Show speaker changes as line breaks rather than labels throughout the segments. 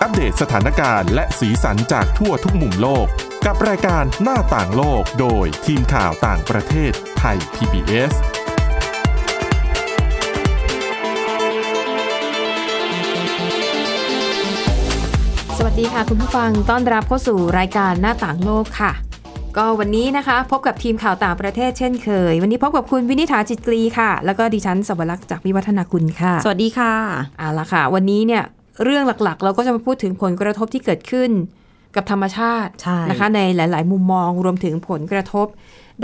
อัปเดตสถานการณ์และสีสันจากทั่วทุกมุมโลก กับรายการหน้าต่างโลกโดยทีมข่าวต่างประเทศไทย PBS
สวัสดีค่ะคุณผู้ฟังต้อนรับเข้าสู่รายการหน้าต่างโลกค่ะ ก็วันนี้นะคะ พบกับทีมข่าวต่างประเทศเช่นเคย วันนี้พบกับคุณวินิษฐาจิตกรีค่ะ แล้วก็ดิฉันสวรักษ์จากวิวัฒนาคุณค่ะ
สวัสดีค่ะ
เอาละค่ะ วันนี้เนี่ยเรื่องหลักๆ เราก็จะมาพูดถึงผลกระทบที่เกิดขึ้นกับธรรมชาติ
ใช่
นะคะ ในหลาย ๆ มุมมองรวมถึงผลกระทบ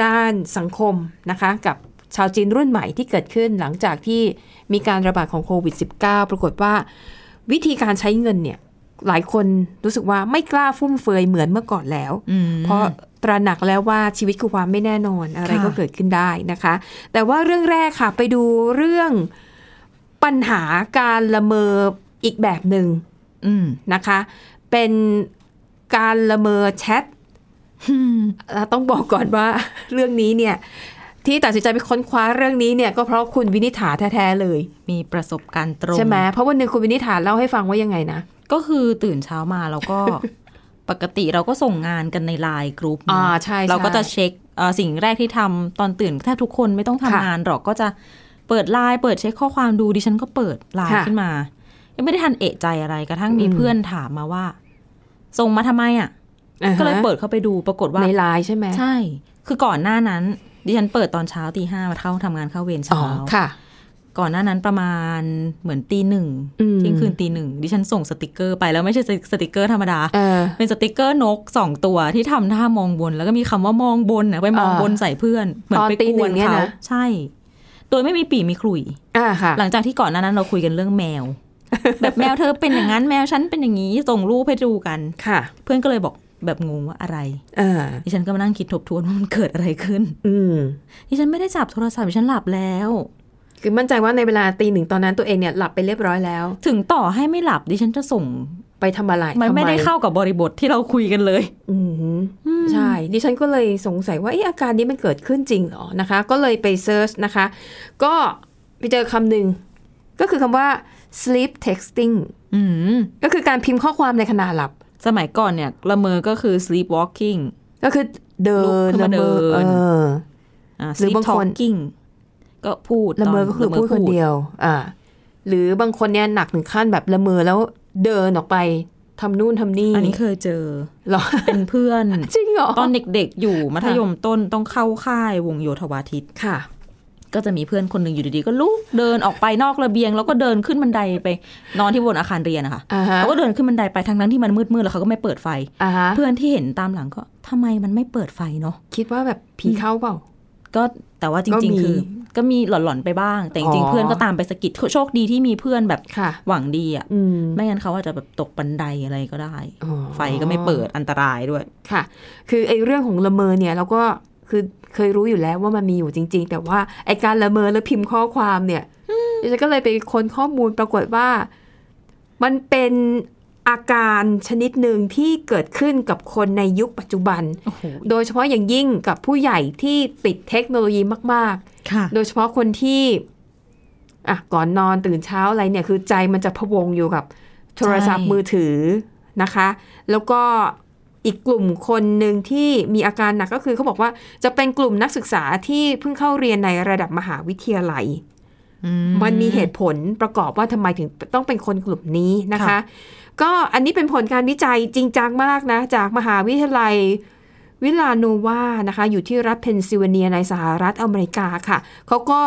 ด้านสังคมนะคะ กับชาวจีนรุ่นใหม่ที่เกิดขึ้นหลังจากที่มีการระบาดของโควิด -19 ปรากฏว่า วิธีการใช้เงินเนี่ย หลายคนรู้สึกว่าไม่กล้าฟุ่มเฟือยเหมือนเมื่อก่อนแล้ว เพราะตระหนักแล้วว่าชีวิตคือความไม่แน่นอนอะไร
ค่ะ
ก็เกิดขึ้นได้นะคะ แต่ว่าเรื่องแรกค่ะไปดูเรื่องปัญหาการละเมออีกแบบหนึ่งนะคะ เป็นการละเมอแช ทเอ่อต้องบอกก่อนว่า เรื่องนี้เนี่ย ที่ตัดสินใจไปค้นคว้าเรื่องนี้เนี่ย ก็เพราะคุณวินิษฐาแท้ๆเลย
มีประสบการณ์ตรง
ใช่ไหมเพราะวันหนึ่งคุณวินิษฐาเล่าให้ฟังว่ายังไงนะ
ก็คือตื่นเช้ามาแล้วก็ ปกติเราก็ส่งงานกันในไลน์กรุ๊ปเนอะ
อ่าใช่ใช่
เราก็จะเช็คเอ่อสิ่งแรกที่ทำตอนตื่นแทบทุกคนไม่ต้องทำ
ค่ะ
งานหรอกก็จะเปิดไลน์เปิดเช็คข้อความดูดิฉันก็เปิดไลน์
ค่ะ
ขึ้นมายังไม่ได้ทันเอะใจอะไรกระทั่งมี
อืม
เพื่อนถามมาว่า ส่งมาทำไมอ่ะ
อ่าฮะ
ก็เลยเปิดเข้าไปดูปรากฏว่า
ในไลน์ใช่ไหม
ใช่ คือก่อนหน้านั้น ดิฉันเปิดตอนเช้าตีห้ามาเข้าทำงานเข้าเว
อ๋อ
รเช้า
ค่ะ
ก่อนหน้านั้นประมาณเหมือนตีหนึ่ง
อืม
เที่ยงคืนตีหนึ่งดิฉันส่งสติกเกอร์ไปแล้วไม่ใช่สติกเกอร์ธรรมดา
เออ
เป็นสติกเกอร์นกสองตัวที่ทำท่ามองบน แล้วก็มีคำว่ามองบนนะไปมอง
อ่า
บนใส่เพื่อน เหมือนไป
ตอนตี
ก
หนึ่
วน
งเนี่ย
เขา
นะ
ใช่ โดยไม่มีปีมีขลุ่ย
อ่าค่ะ
หลังจากที่ก่อนหน้านั้นเราคุยกันเรื่องแม ว แบบแมวเธอเป็นอย่างนั้นแมวฉันเป็นอย่างนี้ส่งรูปให้ดูกัน
ค่ะ
เพื่อนก็เลยบอกแบบงงว่าอะไร
เออ
ดิฉันก็มานั่งคิดทบทวนว่ามันเกิดอะไรขึ้น
อืม
ดิฉันไม่ได้จับโทรศัพท์ดิฉันหลับแล้ว
คือมั่นใจว่าในเวลาตีหนึ่งตอนนั้นตัวเองเนี่ยหลับไปเรียบร้อยแล้ว
ถึงต่อให้ไม่หลับดิฉันจะส่ง
ไปทำอะไร
มันไม่ได้เข้ากับบริบทที่เราคุยกันเลย
อืมใช่ ดิฉันก็เลยสงสัยว่าเอะอาการนี้มันเกิดขึ้นจริงเหรอนะคะ ก็เลยไปเซิร์ชนะคะ ก็ไปเจอคำหนึ่ง ก็คือคำว่า sleep texting
อืม
ก็คือการพิมพ์ข้อความในขณะหลับ
สมัยก่อนเนี่ยละเมอก็คือ sleep walking
ก็คือเดิน
ลุกขึ้นมา
ละเมอ
เดิน
เออ
อ่า
หรือบา
sleep
งคน
talking ก็พูด
ละเมอ
ตน
ก็คือพูดคนเดียว อ่า หรือบางคนเนี่ยหนักถึงขั้นแบบละเมอแล้วเดินออกไปทำนู่นทำนี่
อันนี้เคยเจอ
เหรอ
เป็นเพื่อน
จริงเหรอ
ตอนเด็กๆ อยู่มัธยมต้นต้องเข้าค่ายวงโยธวาทิต
ค่ะ
ก็จะมีเพื่อนคนหนึ่งอยู่ดีๆ ก็ลุกเดินออกไปนอกระเบียง แล้วก็เดินขึ้นบันไดไปนอนที่บนอาคารเรียนนะคะ
อ่าฮะ
เขาก็เดินขึ้นบันไดไปทั้งนั้นที่มันมืดๆแล้วเขาก็ไม่เปิดไฟ
อ่าฮะ
เพื่อนที่เห็นตามหลังก็ทำไมมันไม่เปิดไฟเนาะ
คิดว่าแบบผีเข้าเปล่า
ก็แต่ว่าจ
ก็
ริง
มี
ๆ คือ ก็มีหลอนๆไปบ้าง แต่จริง
อ๋อ
ๆเพื่อนก็ตามไปสะกิดโชคดีที่มีเพื่อนแบบ
ค่ะ
หวังดีอ่ะ
อืม
ไม่งั้นเขาอาจจะแบบตกบันไดอะไรก็ได้
อ๋อ
ไฟก็ไม่เปิดอันตรายด้วย
ค่ะ คือไอ้เรื่องของละเมอเนี่ยเราก็คือเคยรู้อยู่แล้วว่ามันมีอยู่จริง ๆ แต่ว่าไอ้การละเมอแล้วพิมพ์ข้อความเนี่ยดิฉันก็เลยไปค้นข้อมูลปรากฏว่า มันเป็นอาการชนิดหนึ่งที่เกิดขึ้นกับคนในยุคปัจจุบัน
โอ้โห
โดยเฉพาะอย่างยิ่งกับผู้ใหญ่ที่ติดเทคโนโลยีมาก ๆ
ค่ะ
โดยเฉพาะคนที่อ่ะก่อนนอนตื่นเช้าอะไรเนี่ย คือใจมันจะพะวงอยู่กับโทรศัพท์
ใช่
มือถือนะคะ แล้วก็อีกกลุ่มคนหนึ่งที่มีอาการหนักก็คือเขาบอกว่าจะเป็นกลุ่มนักศึกษาที่เพิ่งเข้าเรียนในระดับมหาวิทยาลัย มันมีเหตุผลประกอบว่าทำไมถึงต้องเป็นคนกลุ่มนี้นะคะ
ค่ะ
ก็อันนี้เป็นผลการวิจัยจริงจังมากนะ จากมหาวิทยาลัยวิลาโนวานะคะ อยู่ที่รัฐเพนซิลเวเนียในสหรัฐอเมริกาค่ะ เขาก็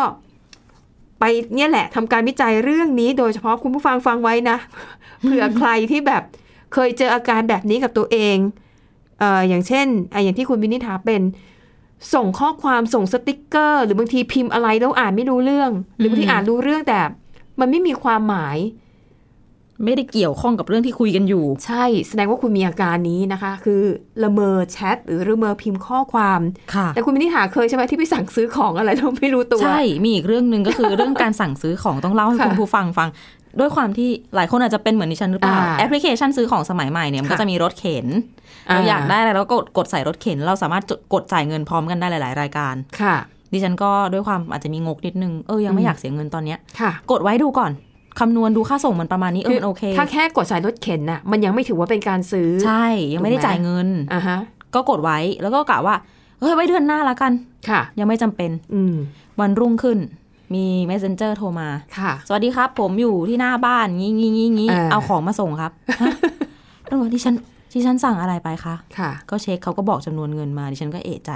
ไปเนี่ยแหละทำการวิจัยเรื่องนี้โดยเฉพาะคุณผู้ฟังฟังไว้นะ เผื่อใครที่แบบเคยเจออาการแบบนี้กับตัวเองเอออย่างเช่นอ่ะอย่างที่คุณวินิธาเป็น ส่งข้อความส่งสติกเกอร์ หรือบางทีพิมพ์อะไรแล้วอ่านไม่รู้เรื่อง หรือบางทีอ่านรู้เรื่องแต่ มันไม่มีความหมาย
ไม่ได้เกี่ยวข้องกับเรื่องที่คุยกันอยู่
ใช่แสดงว่าคุณมีอาการนี้นะคะ คือละเมอแชทหรือละเมอพิมพ์ข้อความ
ค่ะ
แต่คุณมินิหาเคยใช่ไหมที่ไปสั่งซื้อของอะไรแล้วไม่รู้ตัว
ใช่ มีอีกเรื่องหนึ่งก็คือ เรื่องการสั่งซื้อของต้องเล่าให้
ค่ะ
คุณผู้ฟังฟัง ด้วยความที่หลายคนอาจจะเป็นเหมือนดิฉันหรือเปล่า
อ่า
แอปพลิเคชันซื้อของสมัยใหม่เนี่ยมัน
ค่ะ
ก็จะมีรถเข็น
อ่า
เราอยากได้อะไรเราก็กดกดใส่รถเข็น เราสามารถจดกดจ่ายเงินพร้อมกันได้หลาย ๆ รายการ
ค่ะ
ดิฉันก็ด้วยความอาจจะมีงกนิดนึง เออ ยังไม่อยากเสียเงินตอนเนี้ย
ค่ะ
กดไว้ดูก่อน คำนวณดูค่าส่งมันประมาณนี้เออมันโอเค
ถ้าแค่กดสายรถเข็นน่ะมันยังไม่ถือว่าเป็นการซื้อ
ใช่ยังไม่ได้
ถูกไหม
จ่ายเงิน
อ่ะฮะ
ก็กดไว้แล้วก็กะว่าเฮ้ยไว้เดือนหน้าละกัน
ค่ะ
ยังไม่จำเป็น
อืม
วันรุ่งขึ้น มี messenger โทรมา
ค่ะ
สวัสดีครับ ผมอยู่ที่หน้าบ้านงี้งี้งี้งี้
อ่า
เอาของมาส่งครับฮะตำรวจที่ฉันที่ฉันสั่งอะไรไปคะ
ค่ะ
ก็เช็คเขาก็บอกจำนวนเงินมาดิฉันก็เอะใจ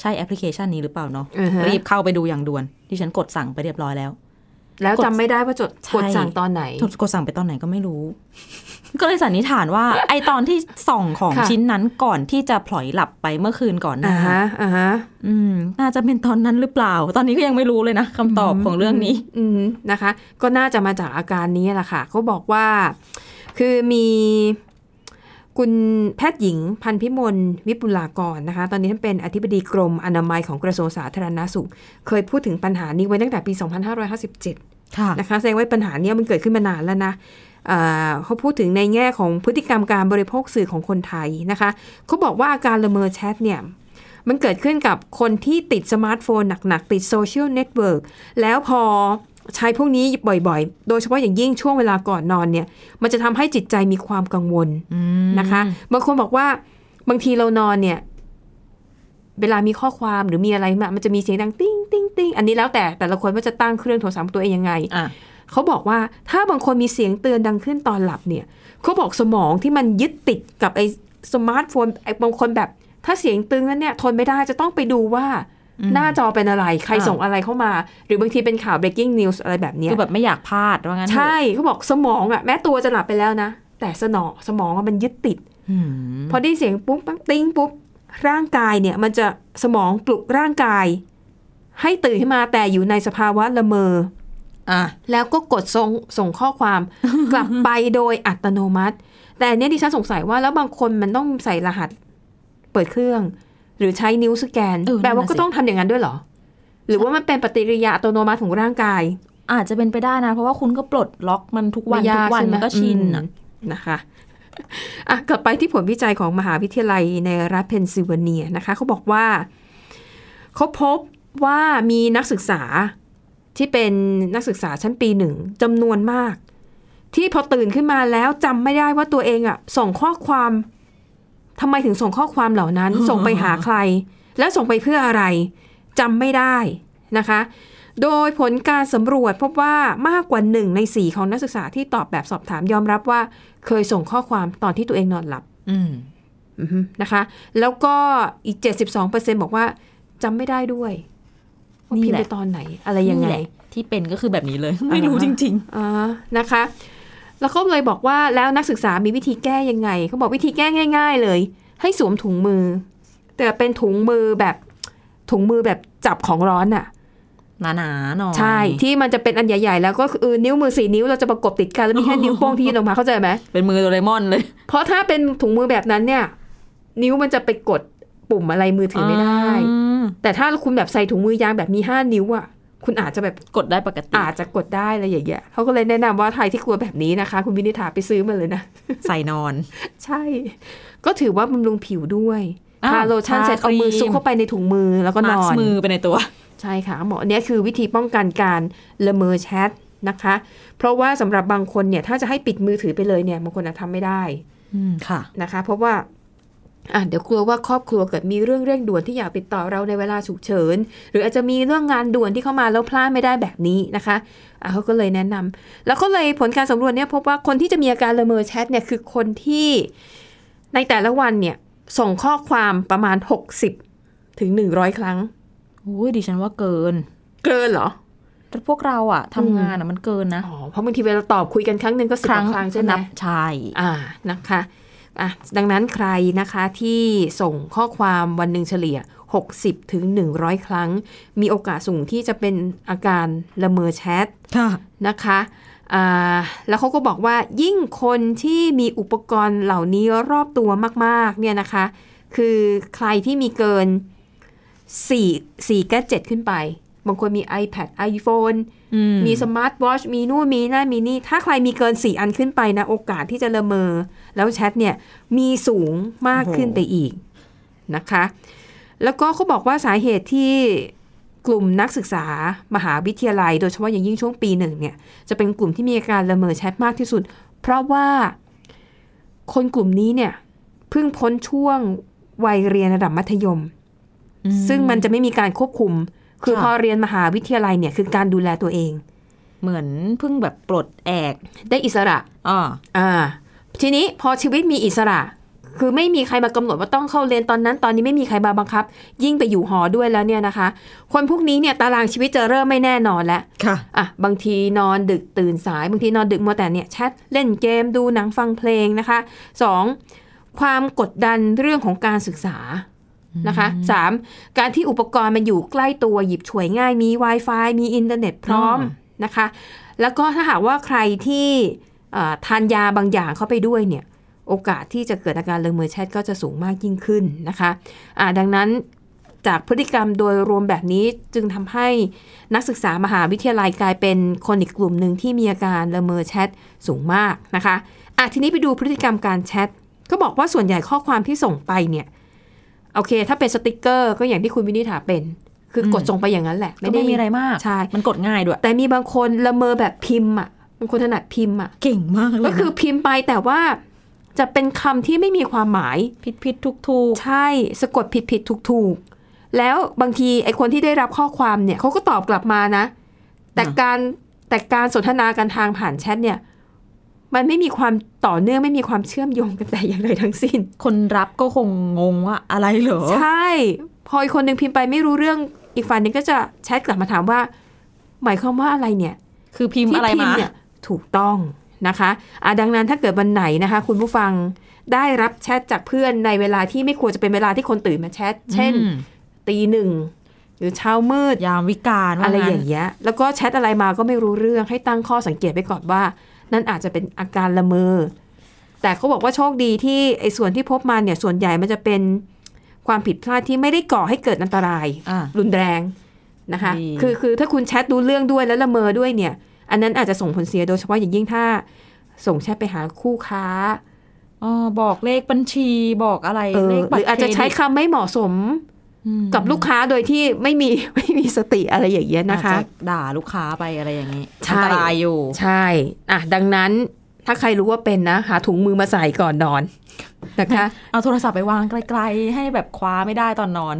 ใช่แอปพลิเคชันนี้หรือเปล่าเนาะ
อือฮะ
รีบเข้าไปดูอย่างด่วนดิฉันกดสั่งไปเรียบร้อยแล้ว
แล้วจำไม่ได้ว่าจด
ใช่
กดสั่งตอนไหน
กดกดสั่งไปตอนไหนก็ไม่รู้ ก็เลยสันนิษฐานว่า ไอตอนที่ส่องของ
ค่ะ
ชิ้นนั้นก่อนที่จะพลอยหลับไปเมื่อคืนก่อนห
อ่า
นะ
ฮะอ่าฮะ
อืม น่าจะเป็นตอนนั้นหรือเปล่า ตอนนี้ก็ยังไม่รู้เลยนะคำตอบของเรื่องนี้
อืมนะคะ ก็น่าจะมาจากอาการนี้แหละค่ะเขาบอกว่า คือมีคุณแพทย์หญิงพันพิมลวิปุลากรนะคะ ตอนนี้ท่านเป็นอธิบดีกรมอนามัยของกระทรวงสาธารณาสุข เคยพูดถึงปัญหานี้ไว้ตั้งแต่ปี 2557
ค่ะ
นะคะแสดงว่าปัญหาเนี้ยมันเกิดขึ้นมานานแล้วนะเอ่อเขาพูดถึงในแง่ของพฤติกรรมการบริโภคสื่อของคนไทยนะคะเขาบอกว่าอาการละเมอแชทเนี่ยมันเกิดขึ้นกับคนที่ติดสมาร์ทโฟนหนัก ๆ ติดโซเชียลเน็ตเวิร์กแล้วพอใช้พวกนี้บ่อยๆ โดยเฉพาะอย่างยิ่งช่วงเวลาก่อนนอนเนี่ยมันจะทำให้จิตใจมีความกังวล
อืม
นะคะบางคนบอกว่าบางทีเรานอนเนี่ย เวลามีข้อความหรือมีอะไรมามันจะมีเสียงดังติ้งติ้งติ้งอันนี้แล้วแต่แต่ละคนว่าจะตั้งเครื่องโทรศัพท์ของตัวเองยังไง
อ่ะ
เขาบอกว่าถ้าบางคนมีเสียงเตือนดังขึ้นตอนหลับเนี่ยเขาบอกสมองที่มันยึดติดกับไอ้สมาร์ทโฟนไอ้บางคนแบบ ถ้าเสียงตึงนั้นเนี่ย ทนไม่ได้จะต้องไปดูว่า หน้าจอเป็นอะไร ใคร
อ่า
ส่งอะไรเข้ามา หรือบางทีเป็นข่าว breaking news อะไรแบบเนี้ย
คือแบบไม่อยากพลาดว่างั้นเถอะ
ใช่เขาบอกสมองอะแม้ตัวจะหลับไปแล้วนะ แต่สนองสมองอะมันยึดติด
อืม
พอได้เสียงปุ๊บปั๊บติ้งปุ๊บ ร่างกายเนี่ย มันจะสมองปลุกร่างกาย ให้ตื่นขึ้นมาแต่อยู่ในสภาวะละเมอ
อ่ะ
แล้วก็กดส่งส่งข้อ ความ กลับไปโดยอัตโนมัติ แต่อันเนี้ยดิฉันสงสัยว่าแล้วบางคนมันต้องใส่รหัส เปิดเครื่อง หรือใช้นิ้วสแกน
เออนั่นน่ะสิ
แปลว่าก็ต้องทำอย่างนั้นด้วยเหรอ หรือว่ามันเป็นปฏิกิริยาอัตโนมัติของร่างกาย
อาจจะเป็นไปได้นะ เพราะว่าคุณก็ปลดล็อกมันทุกวัน
ไม่ยา
ทุกวัน
ใไห
มันก็ชินอ่ะ
มนะคะ อ่ะกลับไปที่ผลวิจัยของมหาวิทยาลัยในรัฐเพนซิลเวเนียนะคะเขาบอกว่า เขาพบว่ามีนักศึกษาที่เป็นนักศึกษาชั้นปีหนึ่งจำนวนมาก ที่พอตื่นขึ้นมาแล้วจำไม่ได้ว่าตัวเองอะส่งข้อความทำไมถึงส่งข้อความเหล่า นั้น ส่งไปหาใคร และส่งไปเพื่ออะไรจำไม่ได้นะคะ โดยผลการสำรวจพบว่ามากกว่าหนึ่งในสี่ของนักศึกษาที่ตอบแบบสอบถามยอมรับว่า เคยส่งข้อความตอนที่ตัวเองนอนหลับ
อืม
อือฮึนะคะ แล้วก็อีก 72%บอกว่าจำไม่ได้ด้วยว่า
นี่
พิม
แห
พ์
ละ
ไปตอนไหน อะไรยัง
นี่
ไง
แหละที่เป็นก็คือแบบนี้เลย
อ่า
ไม่
ฮะ
รู้จริง
อ่านะคะ แล้วเขาเลยบอกว่าแล้วนักศึกษามีวิธีแก้ยังไง เขาบอกวิธีแก้ง่าย ๆ เลย ให้สวมถุงมือ แต่เป็นถุงมือแบบถุงมือแบบจับของร้อนอะ
ๆ หนาๆหน่อย
ใช่ที่มันจะเป็นอันใหญ่ๆ แล้วก็คือนิ้วมือสี่นิ้วเราจะประกบติดกัน แล้วมีแค่นิ้วโป้งที่ยื่นออกมาเข้าใจไหม
เป็นมือโดเรมอนเลย
เพราะถ้าเป็นถุงมือแบบนั้นเนี่ย นิ้วมันจะไปกดปุ่มอะไรมือถือไม่ได้
อืม
แต่ถ้าคุณแบบใส่ถุงมือยางแบบมีห้านิ้วอ่ะคุณอาจจะแบบ
กดได้ปกติ
อาจจะกดได้อะไรอย่างเงี้ยเขาก็เลยแนะนำว่าใครที่กลัวแบบนี้นะคะ คุณวินิษฐาไปซื้อมาเลยนะ
ใส่นอน
ใช่ ก็ถือว่าบำรุงผิวด้วยทาโลชั่นเสร็จเอามือซุกเข้าไปในถุงมือแล้วก็น
มา
อ
ส
น
มือไปในตัว
ใช่ค่ะหมอเนี่ยคือวิธีป้องกันการละเมอแชทนะคะ เพราะว่าสำหรับบางคนเนี่ยถ้าจะให้ปิดมือถือไปเลยเนี่ยบางคนอาจทำไม่ได้
อืมค่ะ
นะคะ เพราะว่าอ่ะเดี๋ยวกลัวว่าครอบครัวเกิดมีเรื่องเร่งด่วนที่อยากติดต่อเราในเวลาฉุกเฉิน หรืออาจจะมีเรื่องงานด่วนที่เข้ามาแล้วพลาดไม่ได้แบบนี้นะคะอ่ะเขาก็เลยแนะนำแล้วก็เลยผลการสำรวจเนี่ยพบว่าคนที่จะมีอาการละเมอแชทเนี่ยคือคนที่ในแต่ละวันเนี่ยส่งข้อความประมาณ 60ถึง100 ครั้ง
โอ้ยดิฉันว่าเกิน
เกินเหรอ
แต่พวกเราอะทำงานอะมันเกินนะ
อ๋อเพราะบางทีเวลาตอบคุยกันครั้งหนึ่งก็สิบกว่าครั้งใช่ไหม
นับใช่
อ่านะคะอ่ะดังนั้นใครนะคะที่ส่งข้อความวันหนึ่งเฉลี่ย 60ถึง100 ครั้ง มีโอกาสสูงที่จะเป็นอาการละเมอแชท
ค่ะ
นะคะอ่าแล้วเขาก็บอกว่ายิ่งคนที่มีอุปกรณ์เหล่านี้รอบตัวมากๆเนี่ยนะคะ คือใครที่มีเกิน 4 4แก่7ขึ้นไป บางคนมี iPad iPhone
อืม
มีสมาร์ทวอชมีนู่นมีนั่นมีนี่ ถ้าใครมีเกิน 4 อันขึ้นไปนะ โอกาสที่จะละเมอ แล้วแชทเนี่ย มีสูงมากขึ้นไปอีกนะคะ แล้วก็เขาบอกว่าสาเหตุที่ กลุ่มนักศึกษามหาวิทยาลัย โดยเฉพาะอย่างยิ่งช่วงปีหนึ่งเนี่ยจะเป็นกลุ่มที่มีอาการละเมอแชทมากที่สุด เพราะว่าคนกลุ่มนี้เนี่ยเพิ่งพ้นช่วงวัยเรียนระดับมัธยม
อื
ซึ่งมันจะไม่มีการควบคุม คือ
ค่ะ
พอเรียนมหาวิทยาลัยเนี่ยคือการดูแลตัวเอง
เหมือนเพิ่งแบบปลดแอก
ได้อิสระ
อ่า
อ่า ทีนี้พอชีวิตมีอิสระ คือไม่มีใครมากำหนดว่าต้องเข้าเรียนตอนนั้น ตอนนี้ไม่มีใครมาบังคับ ยิ่งไปอยู่หอด้วยแล้วเนี่ยนะคะ คนพวกนี้เนี่ยตารางชีวิตจะเริ่มไม่แน่นอนแล้ว
ค่ะ
อ่ะบางทีนอนดึกตื่นสาย บางทีนอนดึกมัวแต่เนี่ยแชทเล่นเกมดูหนังฟังเพลงนะคะสองความกดดันเรื่องของการศึกษานะคะสามการที่อุปกรณ์มันอยู่ใกล้ตัวหยิบฉวยง่ายมี Wi-Fi มีอินเทอร์เน็ตพร้อม
อ่
นะคะ แล้วก็ถ้าหากว่าใครที่เอ่อทานยาบางอย่างเข้าไปด้วยเนี่ยโอกาสที่จะเกิดอาการเลงมือแชทก็จะสูงมากยิ่งขึ้นนะคะอ่าดังนั้นจากพฤติกรรมโดยรวมแบบนี้จึงทำให้ นักศึกษามหาวิทยาลัยกลายเป็นคนอีกกลุ่มหนึ่งที่มีอาการละเมอแชทสูงมากนะคะอ่ะทีนี้ไปดูพฤติกรรมการแชท ก็บอกว่าส่วนใหญ่ข้อความที่ส่งไปเนี่ย โอเค ถ้าเป็นสติกเกอร์ก็อย่างที่คุณวินิถาเป็น คืออ
ม
กดส่งไปอย่างนั้นแหละ
ก็ไม่มีอะไรมาก
ใช่
มันกดง่ายด้วย
แต่มีบางคนละเมอแบบพิมพ์อ่ะบางคนถนัดพิมพ์อ่ะ
เก่งมากเลย
ก็คือพิมพ์ไปแต่ว่าจะเป็นคำที่ไม่มีความหมาย
ผิดผิดทุกทุก
ใช่สะกดผิดผิดถูกถูกๆ แล้วบางทีไอคนที่ได้รับข้อความเนี่ยเขาก็ตอบกลับมานะ แต่การแต่การสนทนากันทางผ่านแชทเนี่ย มันไม่มีความต่อเนื่องไม่มีความเชื่อมโยงกันแต่อย่างไรทั้งสิ้น
คนรับก็คงงงว่าอะไรเหรอ
ใช่ พออีกคนหนึ่งพิมพ์ไปไม่รู้เรื่อง อีกฝ่ายหนึ่งก็จะแชทกลับมาถามว่า หมายความว่าอะไรเนี่ย
คือพิมพ์อะไร
ที่พิ
มา
พ์เนี่ยถูกต้องนะคะอ่ะดังนั้นถ้าเกิดวันไหนนะคะ คุณผู้ฟังได้รับแชทจากเพื่อนในเวลาที่ไม่ควรจะเป็นเวลาที่คนตื่นมาแชท เช่น
อืม
ตีหนึ่งหรือเช้ามืด
ยามวิการว่
อะไร
งั้น
อย่างเงี้ยแล้วก็แชทอะไรมาก็ไม่รู้เรื่องให้ตั้งข้อสังเกตไว้ก่อนว่า นั่นอาจจะเป็นอาการละเมอ แต่เขาบอกว่าโชคดีที่ไอ้ส่วนที่พบมาเนี่ยส่วนใหญ่มันจะเป็นความผิดพลาดที่ไม่ได้ก่อให้เกิดอันตราย
อ่ะ
รุนแรงนะคะ
ดี
คือคือถ้าคุณแชทดูเรื่องด้วยแล้วละเมอด้วยเนี่ย อันนั้นอาจจะส่งผลเสียโดยเฉพาะอย่างยิ่งถ้า ส่งแชทไปหาคู่ค้า
อ๋อบอกเลขบัญชีบอกอะไร
เออ
เลข
ห
บัต
รือ
ร
อาจจะใช้
เครดิต
คำไม่เหมาะสม
อืม
กับลูกค้าโดยที่ไม่มี ไม่มีสติอะไรอย่างเงี้ยนะคะ
อาจจด่าลูกค้าไปอะไรอย่างนี้
ใช่
อันตรายอยู่
ใช่ อ่ะ ดังนั้นถ้าใครรู้ว่าเป็นนะ หาถุงมือมาใส่ก่อนนอน นะคะ
เอาโทรศัพท์ไปวางไกลๆ ให้แบบคว้าไม่ได้ตอนนอน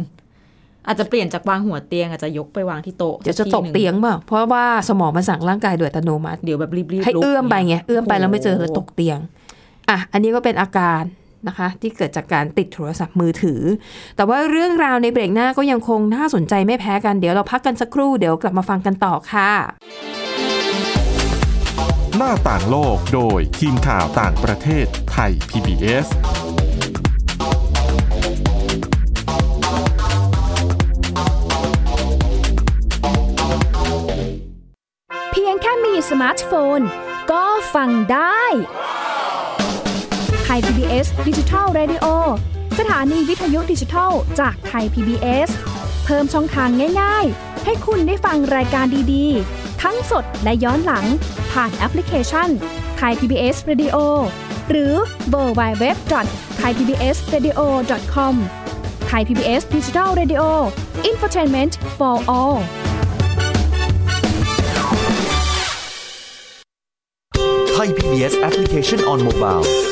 อาจจะเปลี่ยนจากวางหัวเตียง อาจจะยกไปวางที่โต๊ะ
เดี๋ยวจะ
สั
ต
ที่
ก
หนึ่
เตียงเปล่าเพราะว่าสมองมันสั่งร่างกายโดยอัตโนมัติ
เดี๋ยวแบบรีบๆ
ให้
ลุก
เอื้อมไปไงเอื้อมไปแล้วไม่เจอ
โโห
แล้วตกเตียงอ่ะอันนี้ก็เป็นอาการนะคะ ที่เกิดจากการติดโทรศัพท์มือถือ แต่ว่าเรื่องราวในเบรกหน้าก็ยังคงน่าสนใจไม่แพ้กันเดี๋ยวเราพักกันสักครู่เดี๋ยวกลับมาฟังกันต่อค่ะ
หน้าต่างโลกโดยทีมข่าวต่างประเทศไทย PBS
เพียงแค่มีสมาร์ทโฟน ก็ฟังได้ไทย PBS ดิจิทัล Radio สถานีวิทยุดิจิทัลจากไทย PBS เพิ่มช่องทางง่ายๆ ให้คุณได้ฟังรายการดีๆ ทั้งสดและย้อนหลัง ผ่านแอปพลิเคชันไทย PBS Radio หรือเวอร์ไบเว็บไทยพีบีเอสเรดิโอคอมไทยพีบีเอสดิจิทัลเรดิโออินฟอร์ทนเมนต์ for all
ไทย PBS Application on Mobile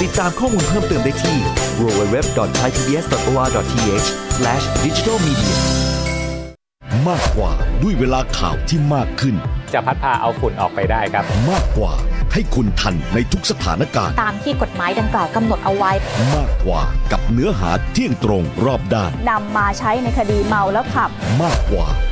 ติดตามข้อมูลเพิ่มเติมได้ที่ www.thaipbs.or.th/digitalmedia
มากกว่าด้วยเวลาข่าวที่มากขึ้น
จะพัดพาเอาฝุ่นออกไปได้ครับ
มากกว่าให้คุณทันในทุกสถานการณ์
ตามที่กฎหมายดังกล่าวกำหนดเอาไว้
มากกว่ากับเนื้อหาเที่ยงตรงรอบด้าน
นำมาใช้ในคดีเมาแล้วขับ
มากกว่า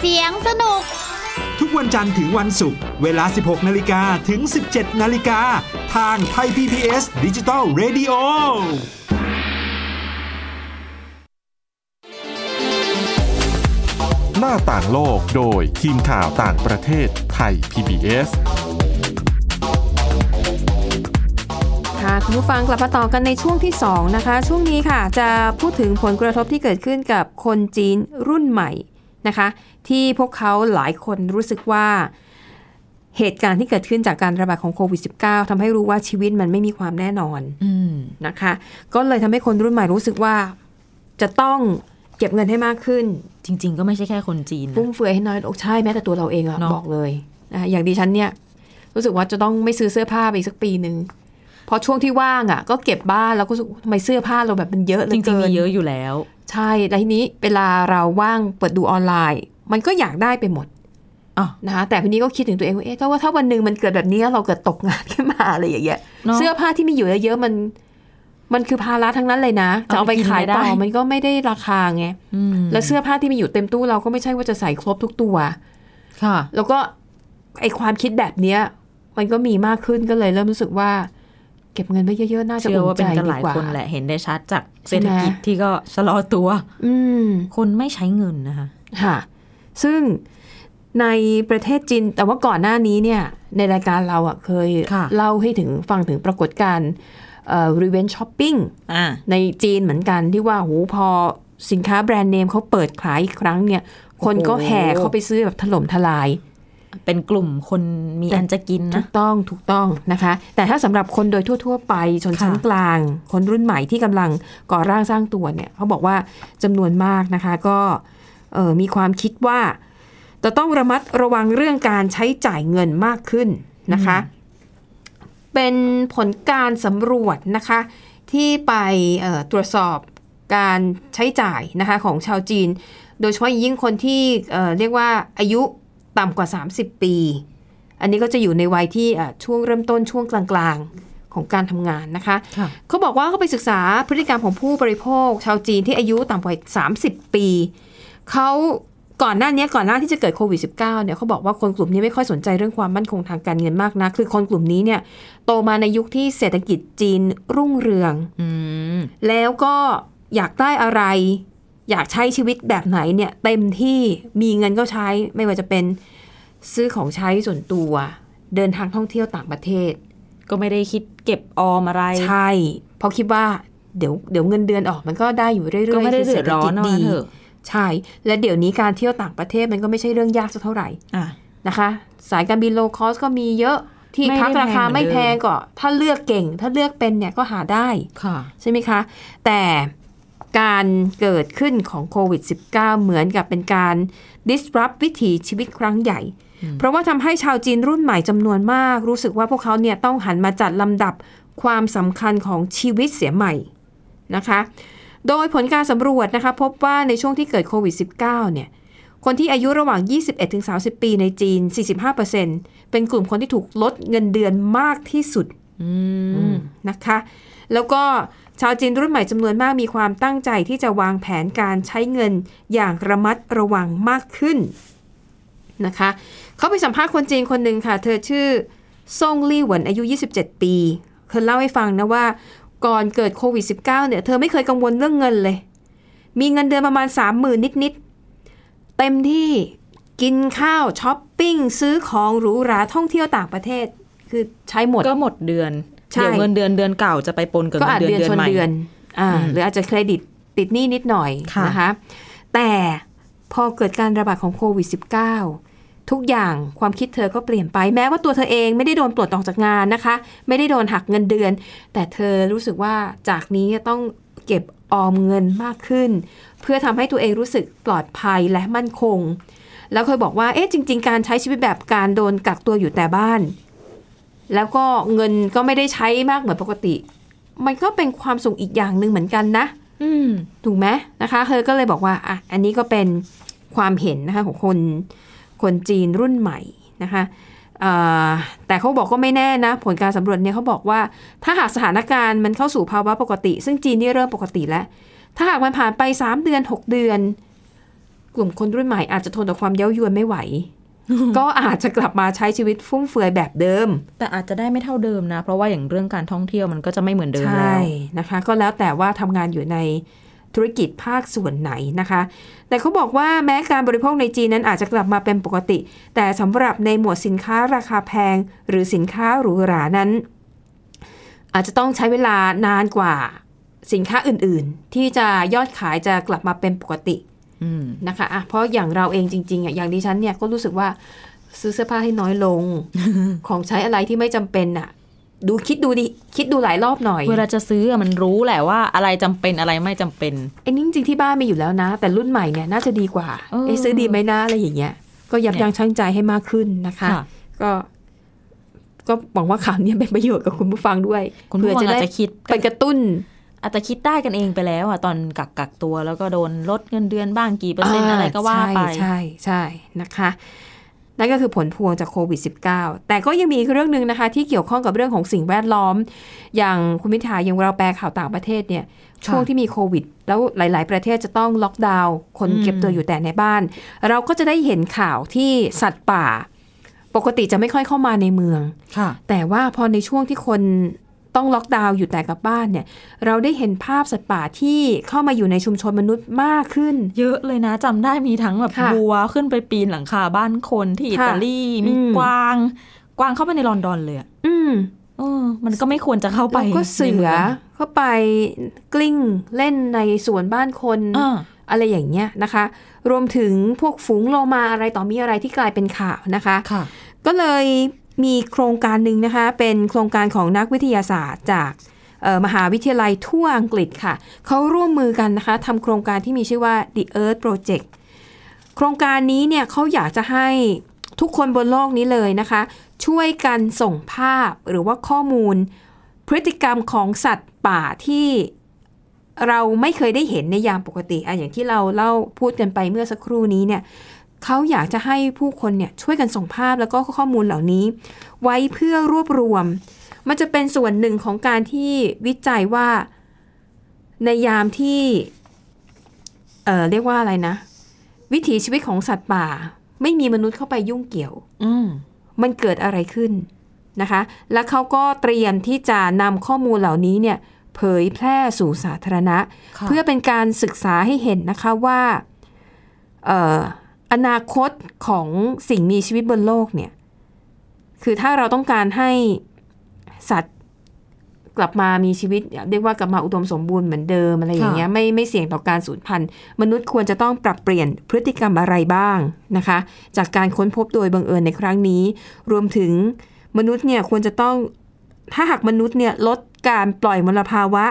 เสียงสนุก
ทุกวันจันทร์ถึงวันศุกร์เวลา 16 นาฬิกาถึง 17 นาฬิกา ทางไทย PPS ดิจิตอล Radio
หน้าต่างโลกโดยทีมข่าวต่างประเทศไทย PBS
ค่ะคุณผู้ฟังกลับมาต่อกันในช่วงที่ 2 นะคะ ช่วงนี้ค่ะ จะพูดถึงผลกระทบที่เกิดขึ้นกับคนจีนรุ่นใหม่นะคะ ที่พวกเขาหลายคนรู้สึกว่า เหตุการณ์ที่เกิดขึ้นจากการระบาดของโควิด -19 ทำให้รู้ว่าชีวิตมันไม่มีความแน่นอน
อืม
นะคะ ก็เลยทำให้คนรุ่นใหม่รู้สึกว่าจะต้องเก็บเงินให้มากขึ้น
จริง ๆ ก็ไม่ใช่แค่คนจีน
ฟุ่
นะ
มเฟือยให้น้อยลงใช่แม้แต่ตัวเราเองอะ
เนอะ
บอกเลยนะคะอย่างดิฉันเนี่ย รู้สึกว่าจะต้องไม่ซื้อเสื้อผ้าไปอีกสักปีหนึ่งเพอช่วงที่ว่างอะก็เก็บบ้านแล้วก็รู้สึกทำไมเสื้อผ้าเราแบบมันเยอะเหลื
จ
อ
ริง
เกิ
ๆ
น
มีเยอะอยู่แล้ว
ใช่แล้วทีนี้เวลาเราว่างเปิดดูออนไลน์ มันก็อยากได้ไปหมด
อ่ะ
นะคะแต่ทีนี้ก็คิดถึงตัวเองว่าเอ๊ะถ้าว่าถ้าวันหนึ่งมันเกิดแบบนี้แล้วเราเกิดตกงานขึ้นมาอะไรอย่างเงี้ย
เนอะ
เสื้อผ้าที่มีอยู่เยอะๆมัน มันคือภาระทั้งนั้นเลยนะจะเอาไป
เอาไปกิน
ขาย
ไม่ได้
ต่อมันก็ไม่ได้ราคาไง
อืม
แล้วเสื้อผ้าที่มีอยู่เต็มตู้เราก็ไม่ใช่ว่าจะใส่ครบทุกตัว
ค่ะ
แล้วก็ไอความคิดแบบเนี้ย มันก็มีมากขึ้นก็เลยเริ่มรู้สึกว่า เก็บเงินไว้เยอะๆ น่าจะ
เชื่อ
อุ่น
ว่า
ใจ
เป็นกัน
ดี
หลาย
กว่า
คนแหละเห็นได้ชัดจาก
ใช่ไหม
เศรษฐกิจที่ก็ชะลอตัว
อืม
คนไม่ใช้เงินนะคะ
ค่ะ ซึ่งในประเทศจีนแต่ว่าก่อนหน้านี้เนี่ย ในรายการเราอ่ะเคย
ค่ะ
เล่าให้ถึงฟังถึงปรากฏการณ์เอ่อ revenge shopping
อ่า
ในจีนเหมือนกันที่ว่าโหพอสินค้าแบรนด์เนมเขาเปิดขายอีกครั้งเนี่ย คนก็แห่เข้าไปซื้อแบบถล่มทลาย
เป็นกลุ่มคนมีอันจะกิน
ถู
นะ
กต้องถูกต้องนะคะ แต่ถ้าสำหรับคนโดยทั่ว ๆ ไปชนชั้น
ค่ะ
กลาง คนรุ่นใหม่ที่กำลังก่อร่างสร้างตัวเนี่ยเขาบอกว่าจำนวนมากนะคะก็เอ่อมีความคิดว่า จะต้องระมัดระวังเรื่องการใช้จ่ายเงินมากขึ้นนะคะ เป็นผลการสำรวจนะคะ ที่ไปเอ่อตรวจสอบการใช้จ่ายนะคะของชาวจีน โดยเฉพาะอย่างยิ่งคนที่เอ่อเรียกว่าอายุต่ำกว่า 30 ปี อันนี้ก็จะอยู่ในวัยที่อ่ะช่วงเริ่มต้นช่วงกลางๆของการทำงานนะคะ
ค่ะ
เขาบอกว่าเขาไปศึกษาพฤติกรรมของผู้บริโภค ชาวจีนที่อายุต่ำกว่า 30 ปี เขาก่อนหน้านี้ก่อนหน้าที่จะเกิดโควิด -19 เนี่ยเขาบอกว่าคนกลุ่มนี้ไม่ค่อยสนใจเรื่องความมั่นคงทางการเงินมากนะคือคนกลุ่มนี้เนี่ยโตมาในยุคที่เศรษฐกิจจีนรุ่งเรือง
อืม
แล้วก็อยากได้อะไร อยากใช้ชีวิตแบบไหนเนี่ยเต็มที่มีเงินก็ใช้ไม่ว่าจะเป็นซื้อของใช้ส่วนตัว เดินทางท่องเที่ยวต่างประเทศ
ก็ไม่ได้คิดเก็บออมอะไร
ใช่เพราะคิดว่าเดี๋ยวเดี๋ยวเงินเดือนออกมันก็ได้อยู่เรื่อยๆ
ก็ไม่ได้เดือดร้อ
คืศ
น
ษฐ
นะ
กิจ
ว่าเถอะ
ใช่ และเดี๋ยวนี้การเที่ยวต่างประเทศมันก็ไม่ใช่เรื่องยากสักเท่าไหร่
อ่ะ
นะคะ สายการบินโลคอสก็มีเยอะที่
ไม่ได้
พักราคาไม่
แพ
แพ
ง
ง
เหมือนเดิม
ก็ถ้าเลือกเก่ง ถ้าเลือกเป็นเนี่ยก็หาได้
ค่ะ
ใช่ไหมคะ แต่การเกิดขึ้นของโควิด -19 เหมือนกับเป็นการ disrupt วิถีชีวิตครั้งใหญ่ เพราะว่าทำให้ชาวจีนรุ่นใหม่จำนวนมาก รู้สึกว่าพวกเขาเนี่ยต้องหันมาจัดลำดับความสำคัญของชีวิตเสียใหม่นะคะ โดยผลการสำรวจนะคะ พบว่าในช่วงที่เกิดโควิด -19 เนี่ย คนที่อายุระหว่าง 21-30 ปีในจีน 45%เป็นกลุ่มคนที่ถูกลดเงินเดือนมากที่สุด
อื
อื
ม
มนะคะ แล้วก็ชาวจีนรุ่นใหม่จำนวนมากมีความตั้งใจที่จะวางแผนการใช้เงินอย่างระมัดระวังมากขึ้นนะคะ เขาไปสัมภาษณ์คนจีนคนหนึ่งค่ะ เธอชื่อซ่งลี่หวนอายุ 27 ปี เธอเล่าให้ฟังนะว่าก่อนเกิดโควิด -19 เนี่ย เธอไม่เคยกังวลเรื่องเงินเลย มีเงินเดือนประมาณ 30,000 นิด ๆ เต็มที่กินข้าวช้อปปิ้งซื้อของหรูหราท่องเที่ยวต่างประเทศ คือใช้หมด
ก็หมดเดือน
ใช่
เดี๋ยวเงินเดือนเดือนเก่าจะไปปนกับ
ก็
เงิ
อาจ
นเดือน
เดือน
เดือน
ชน
ใหม่
เดือนอ่า
อืม
หรืออาจจะเครดิตติดหนี้นิดหน่อย
ค่ะ
นะคะแต่พอเกิดการระบาดของโควิด -19 ทุกอย่างความคิดเธอก็เปลี่ยนไปแม้ว่าตัวเธอเองไม่ได้โดนปลดออกจากงานนะคะ ไม่ได้โดนหักเงินเดือน แต่เธอรู้สึกว่าจากนี้ต้องเก็บออมเงินมากขึ้น เพื่อทำให้ตัวเองรู้สึกปลอดภัยและมั่นคง แล้วเคยบอกว่าเอ๊ะจริง ๆ การใช้ชีวิตแบบการโดนกักตัวอยู่แต่บ้าน แล้วก็เงินก็ไม่ได้ใช้มากเหมือนปกติ มันก็เป็นความสุขอีกอย่างหนึ่งเหมือนกันนะ
อืม
ถูกไหมนะคะเธอก็เลยบอกว่าอ่ะอันนี้ก็เป็นความเห็นนะคะของคนคนจีนรุ่นใหม่นะคะ อ่าแต่เขาบอกก็ไม่แน่นะ ผลการสำรวจเนี่ยเขาบอกว่า ถ้าหากสถานการณ์มันเข้าสู่ภาวะปกติ ซึ่งจีนนี่เริ่มปกติแล้ว ถ้าหากมันผ่านไป 3 เดือน 6 เดือน กลุ่มคนรุ่นใหม่อาจจะทนต่อความเย้ายวนไม่ ไหว ก็อาจจะกลับมาใช้ชีวิตฟุ่มเฟือยแบบเดิม
แต่อาจจะได้ไม่เท่าเดิมนะ เพราะว่าอย่างเรื่องการท่องเที่ยวมันก็จะไม่เหมือนเดิมแล้
ใช่
ว
นะคะ ก็แล้วแต่ว่าทำงานอยู่ในธุรกิจภาคส่วนไหนนะคะ แต่เขาบอกว่าแม้การบริโภคในจีนนั้นอาจจะกลับมาเป็นปกติ แต่สำหรับในหมวดสินค้าราคาแพง หรือสินค้าหรูหรานั้น อาจจะต้องใช้เวลานานกว่าสินค้าอื่นๆ ที่จะยอดขายจะกลับมาเป็นปกติ
อืม
นะคะอ่ะเพราะอย่างเราเองจริงๆอ่ะอย่างดิฉันเนี่ยก็รู้สึกว่าซื้อเสื้อผ้าให้น้อยลง ของใช้อะไรที่ไม่จำเป็นอ่ะ ดูคิดดูดิคิดดูหลายรอบหน่อย
เวลาจะซื้ออะมันรู้แหละว่าอะไรจำเป็นอะไรไม่จำเป็น
ไอ้นี่จริงๆที่บ้านมีอยู่แล้วนะ แต่รุ่นใหม่เนี่ยน่าจะดีกว่า
เออ
เอะซื้อดีไหมนะอะไรอย่างเงี้ยก็ยับ
เนี่ย
ยั้งชั่งใจให้มากขึ้นนะคะ
ค่ะ
ก็ก็หวังว่าข่าวเนี้เป็นประโยชน์กับคุณผู้ฟังด้วย
คุณผู้ฟังอาจจะคิด
เป็นกระตุ้น
อาจจะคิดได้กันเองไปแล้วอะตอนกักกักตัวแล้วก็โดนลดเงินเดือนบ้างกี่เปอร์เซ็นต์อะไรก็ว่าไป
ใช่ใช่ใช่นะคะ นั่นก็คือผลพวงจากโควิด -19 แต่ก็ยังมีอีกเรื่องหนึ่งนะคะ ที่เกี่ยวข้องกับเรื่องของสิ่งแวดล้อม อย่างคุณมิถาอย่างเราแปลข่าวต่างประเทศเนี่ย
ค่ะ
ช่วงที่มีโควิด แล้วหลาย ๆ ประเทศจะต้องล็อกดาวน์คนเก็บตัวอยู่แต่ในบ้าน เราก็จะได้เห็นข่าวที่สัตว์ป่า ปกติจะไม่ค่อยเข้ามาในเมือง
ค่ะ
แต่ว่าพอในช่วงที่คนต้องล็อกดาวน์อยู่แต่กับบ้านเนี่ย เราได้เห็นภาพสัตว์ป่าที่เข้ามาอยู่ในชุมชนมนุษย์มากขึ้น
เยอะเลยนะจำได้มีทั้งแบบ
ค่ะ
บัวขึ้นไปปีนหลังคาบ้านคนที่อิตาลี
ค่ะ
มี
อืม
กวาง กวางเข้าไปในลอนดอนเลยอะ
อืม
เออ มันก็ไม่ควรจะเข้าไป
แล้วก็เสื
ในมื
อง เข้าไปกลิ้งเล่นในสวนบ้านคน
อ่า
อะไรอย่างเงี้ยนะคะ รวมถึงพวกฝูงโลมาอะไรต่อมีอะไรที่กลายเป็นข่าวนะคะ
ค่ะ
ก็เลยมีโครงการหนึ่งนะคะ เป็นโครงการของนักวิทยาศาสตร์จากเอ่อมหาวิทยาลัยทั่วอังกฤษค่ะ เขาร่วมมือกันนะคะทำโครงการที่มีชื่อว่า The Earth Project โครงการนี้เนี่ยเขาอยากจะให้ทุกคนบนโลกนี้เลยนะคะ ช่วยกันส่งภาพหรือว่าข้อมูล พฤติกรรมของสัตว์ป่าที่เราไม่เคยได้เห็นในยามปกติอะอย่างที่เราเล่าพูดกันไปเมื่อสักครู่นี้เนี่ย เขาอยากจะให้ผู้คนเนี่ยช่วยกันส่งภาพแล้วก็ข้อมูลเหล่านี้ ไว้เพื่อรวบรวม มันจะเป็นส่วนหนึ่งของการที่วิจัยว่าในยามที่เอ่อเรียกว่าอะไรนะ วิถีชีวิตของสัตว์ป่า ไม่มีมนุษย์เข้าไปยุ่งเกี่ยว
อืม
มันเกิดอะไรขึ้นนะคะ และเขาก็เตรียมที่จะนำข้อมูลเหล่านี้เนี่ยเผยแพร่สู่สาธารณะ
ค่ะ
เพื่อเป็นการศึกษาให้เห็นนะคะว่าเอ่ออนาคตของสิ่งมีชีวิตบนโลกเนี่ย คือถ้าเราต้องการให้สัตว์กลับมามีชีวิตเรียกว่ากลับมาอุดมสมบูรณ์เหมือนเดิมอะไรอย่างเงี้ยไม่ไม่เสี่ยงต่อการสูญพันธุ์ มนุษย์ควรจะต้องปรับเปลี่ยนพฤติกรรมอะไรบ้างนะคะ จากการค้นพบโดยบังเอิญในครั้งนี้ รวมถึงมนุษย์เนี่ยควรจะต้องถ้าหากมนุษย์เนี่ยลดการปล่อยมลภาวะ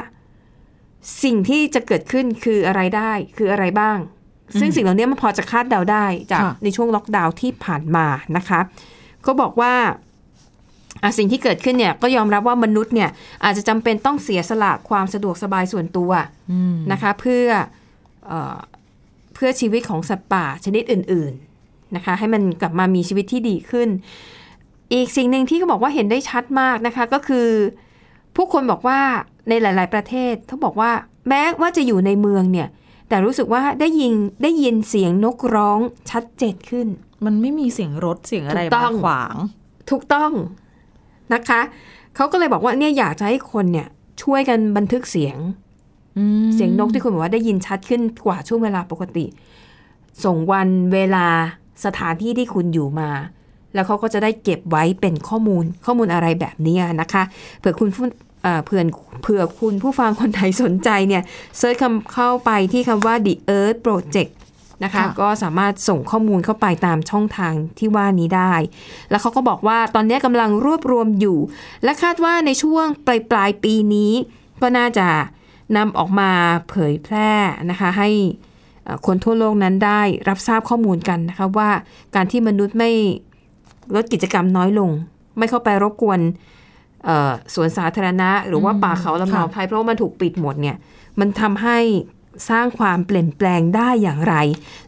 สิ่งที่จะเกิดขึ้นคืออะไรได้คืออะไรบ้าง ซึ่งสิ่งเหล่านี้มันพอจะคาดเดาได้จาก
ค่ะ
ในช่วงล็อกดาวน์ที่ผ่านมานะคะ ก็บอกว่าอ่ะสิ่งที่เกิดขึ้นเนี่ยก็ยอมรับว่ามนุษย์เนี่ยอาจจะจำเป็นต้องเสียสละความสะดวกสบายส่วนตัว
อืม
นะคะเพื่อเอ่อเพื่อชีวิตของสัตว์ป่าชนิดอื่นๆนะคะให้มันกลับมามีชีวิตที่ดีขึ้น อีกสิ่งหนึ่งที่เขาบอกว่าเห็นได้ชัดมากนะคะก็คือ ผู้คนบอกว่าในหลาย ๆ ประเทศเขาบอกว่าแม้ว่าจะอยู่ในเมืองเนี่ยแต่รู้สึกว่าได้ยินได้ยินเสียงนกร้องชัดเจนขึ้น
มันไม่มีเสียงรถเสียงอะไร
ถูกต้
มา
อง
ขวาง
ถูกต้องนะคะ เขาก็เลยบอกว่าเนี่ยอยากจะให้คนเนี่ยช่วยกันบันทึกเสียง
อืม
เสียงนกที่คุณบอกว่าได้ยินชัดขึ้นกว่าช่วงเวลาปกติ ส่งวันเวลาสถานที่ที่คุณอยู่มา แล้วเขาก็จะได้เก็บไว้เป็นข้อมูลข้อมูลอะไรแบบเนี้ยนะคะเผื่อคุณผู้เอ่อเผื่อเผื่อคุณผู้ฟังคนไหนสนใจเนี่ยเซิร์ชคำเข้าไปที่คำว่า the earth project นะคะ
ค่ะ
ก็สามารถส่งข้อมูลเข้าไปตามช่องทางที่ว่านี้ได้ แล้วเขาก็บอกว่าตอนนี้กำลังรวบรวมอยู่ และคาดว่าในช่วงปลายปลายๆปีนี้ ก็น่าจะนำออกมาเผยแพร่นะคะให้เอ่อคนทั่วโลกนั้นได้รับทราบข้อมูลกันนะคะว่าการที่มนุษย์ไม่ลดกิจกรรมน้อยลง ไม่เข้าไปรบกวนเอ่อสวนสาธารณะ หรือว่าป่าเขาลำเนา
ค่ะ
ไพรเพราะว่ามันถูกปิดหมดเนี่ยมันทำให้ สร้างความเปลี่ยนแปลงได้อย่างไร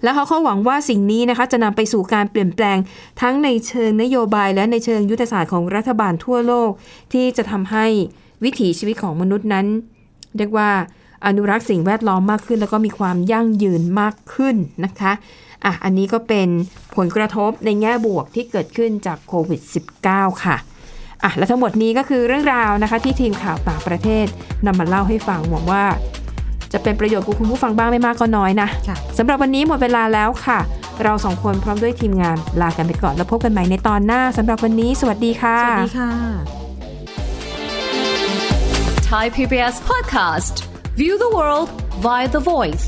แล้วเขาก็หวังว่าสิ่งนี้นะคะจะนำไปสู่การเปลี่ยนแปลงทั้งในเชิงนโยบาย และในเชิงยุทธศาสตร์ของรัฐบาลทั่วโลก ที่จะทำให้วิถีชีวิตของมนุษย์นั้น เรียกว่าอนุรักษ์สิ่งแวดล้อมมากขึ้น แล้วก็มีความยั่งยืนมากขึ้นนะคะอ่ะอันนี้ก็เป็นผลกระทบในแง่บวกที่เกิดขึ้นจากโควิด -19 ค่ะอ่ะ และทั้งหมดนี้ก็คือเรื่องราวนะคะ ที่ทีมข่าวต่างประเทศนำมาเล่าให้ฟังหวังว่า จะเป็นประโยชน์กับคุณผู้ฟังบ้างไม่มากก็น้อยนะ
ค่ะ
สำหรับวันนี้หมดเวลาแล้วค่ะ เราสองคนพร้อมด้วยทีมงานลากันไปก่อนแล้วพบกันใหม่ในตอนหน้าสำหรับวันนี้ สวัสดีค่ะ
สวัสดีค่ะ
Thai PBS podcast. View the world via the voice.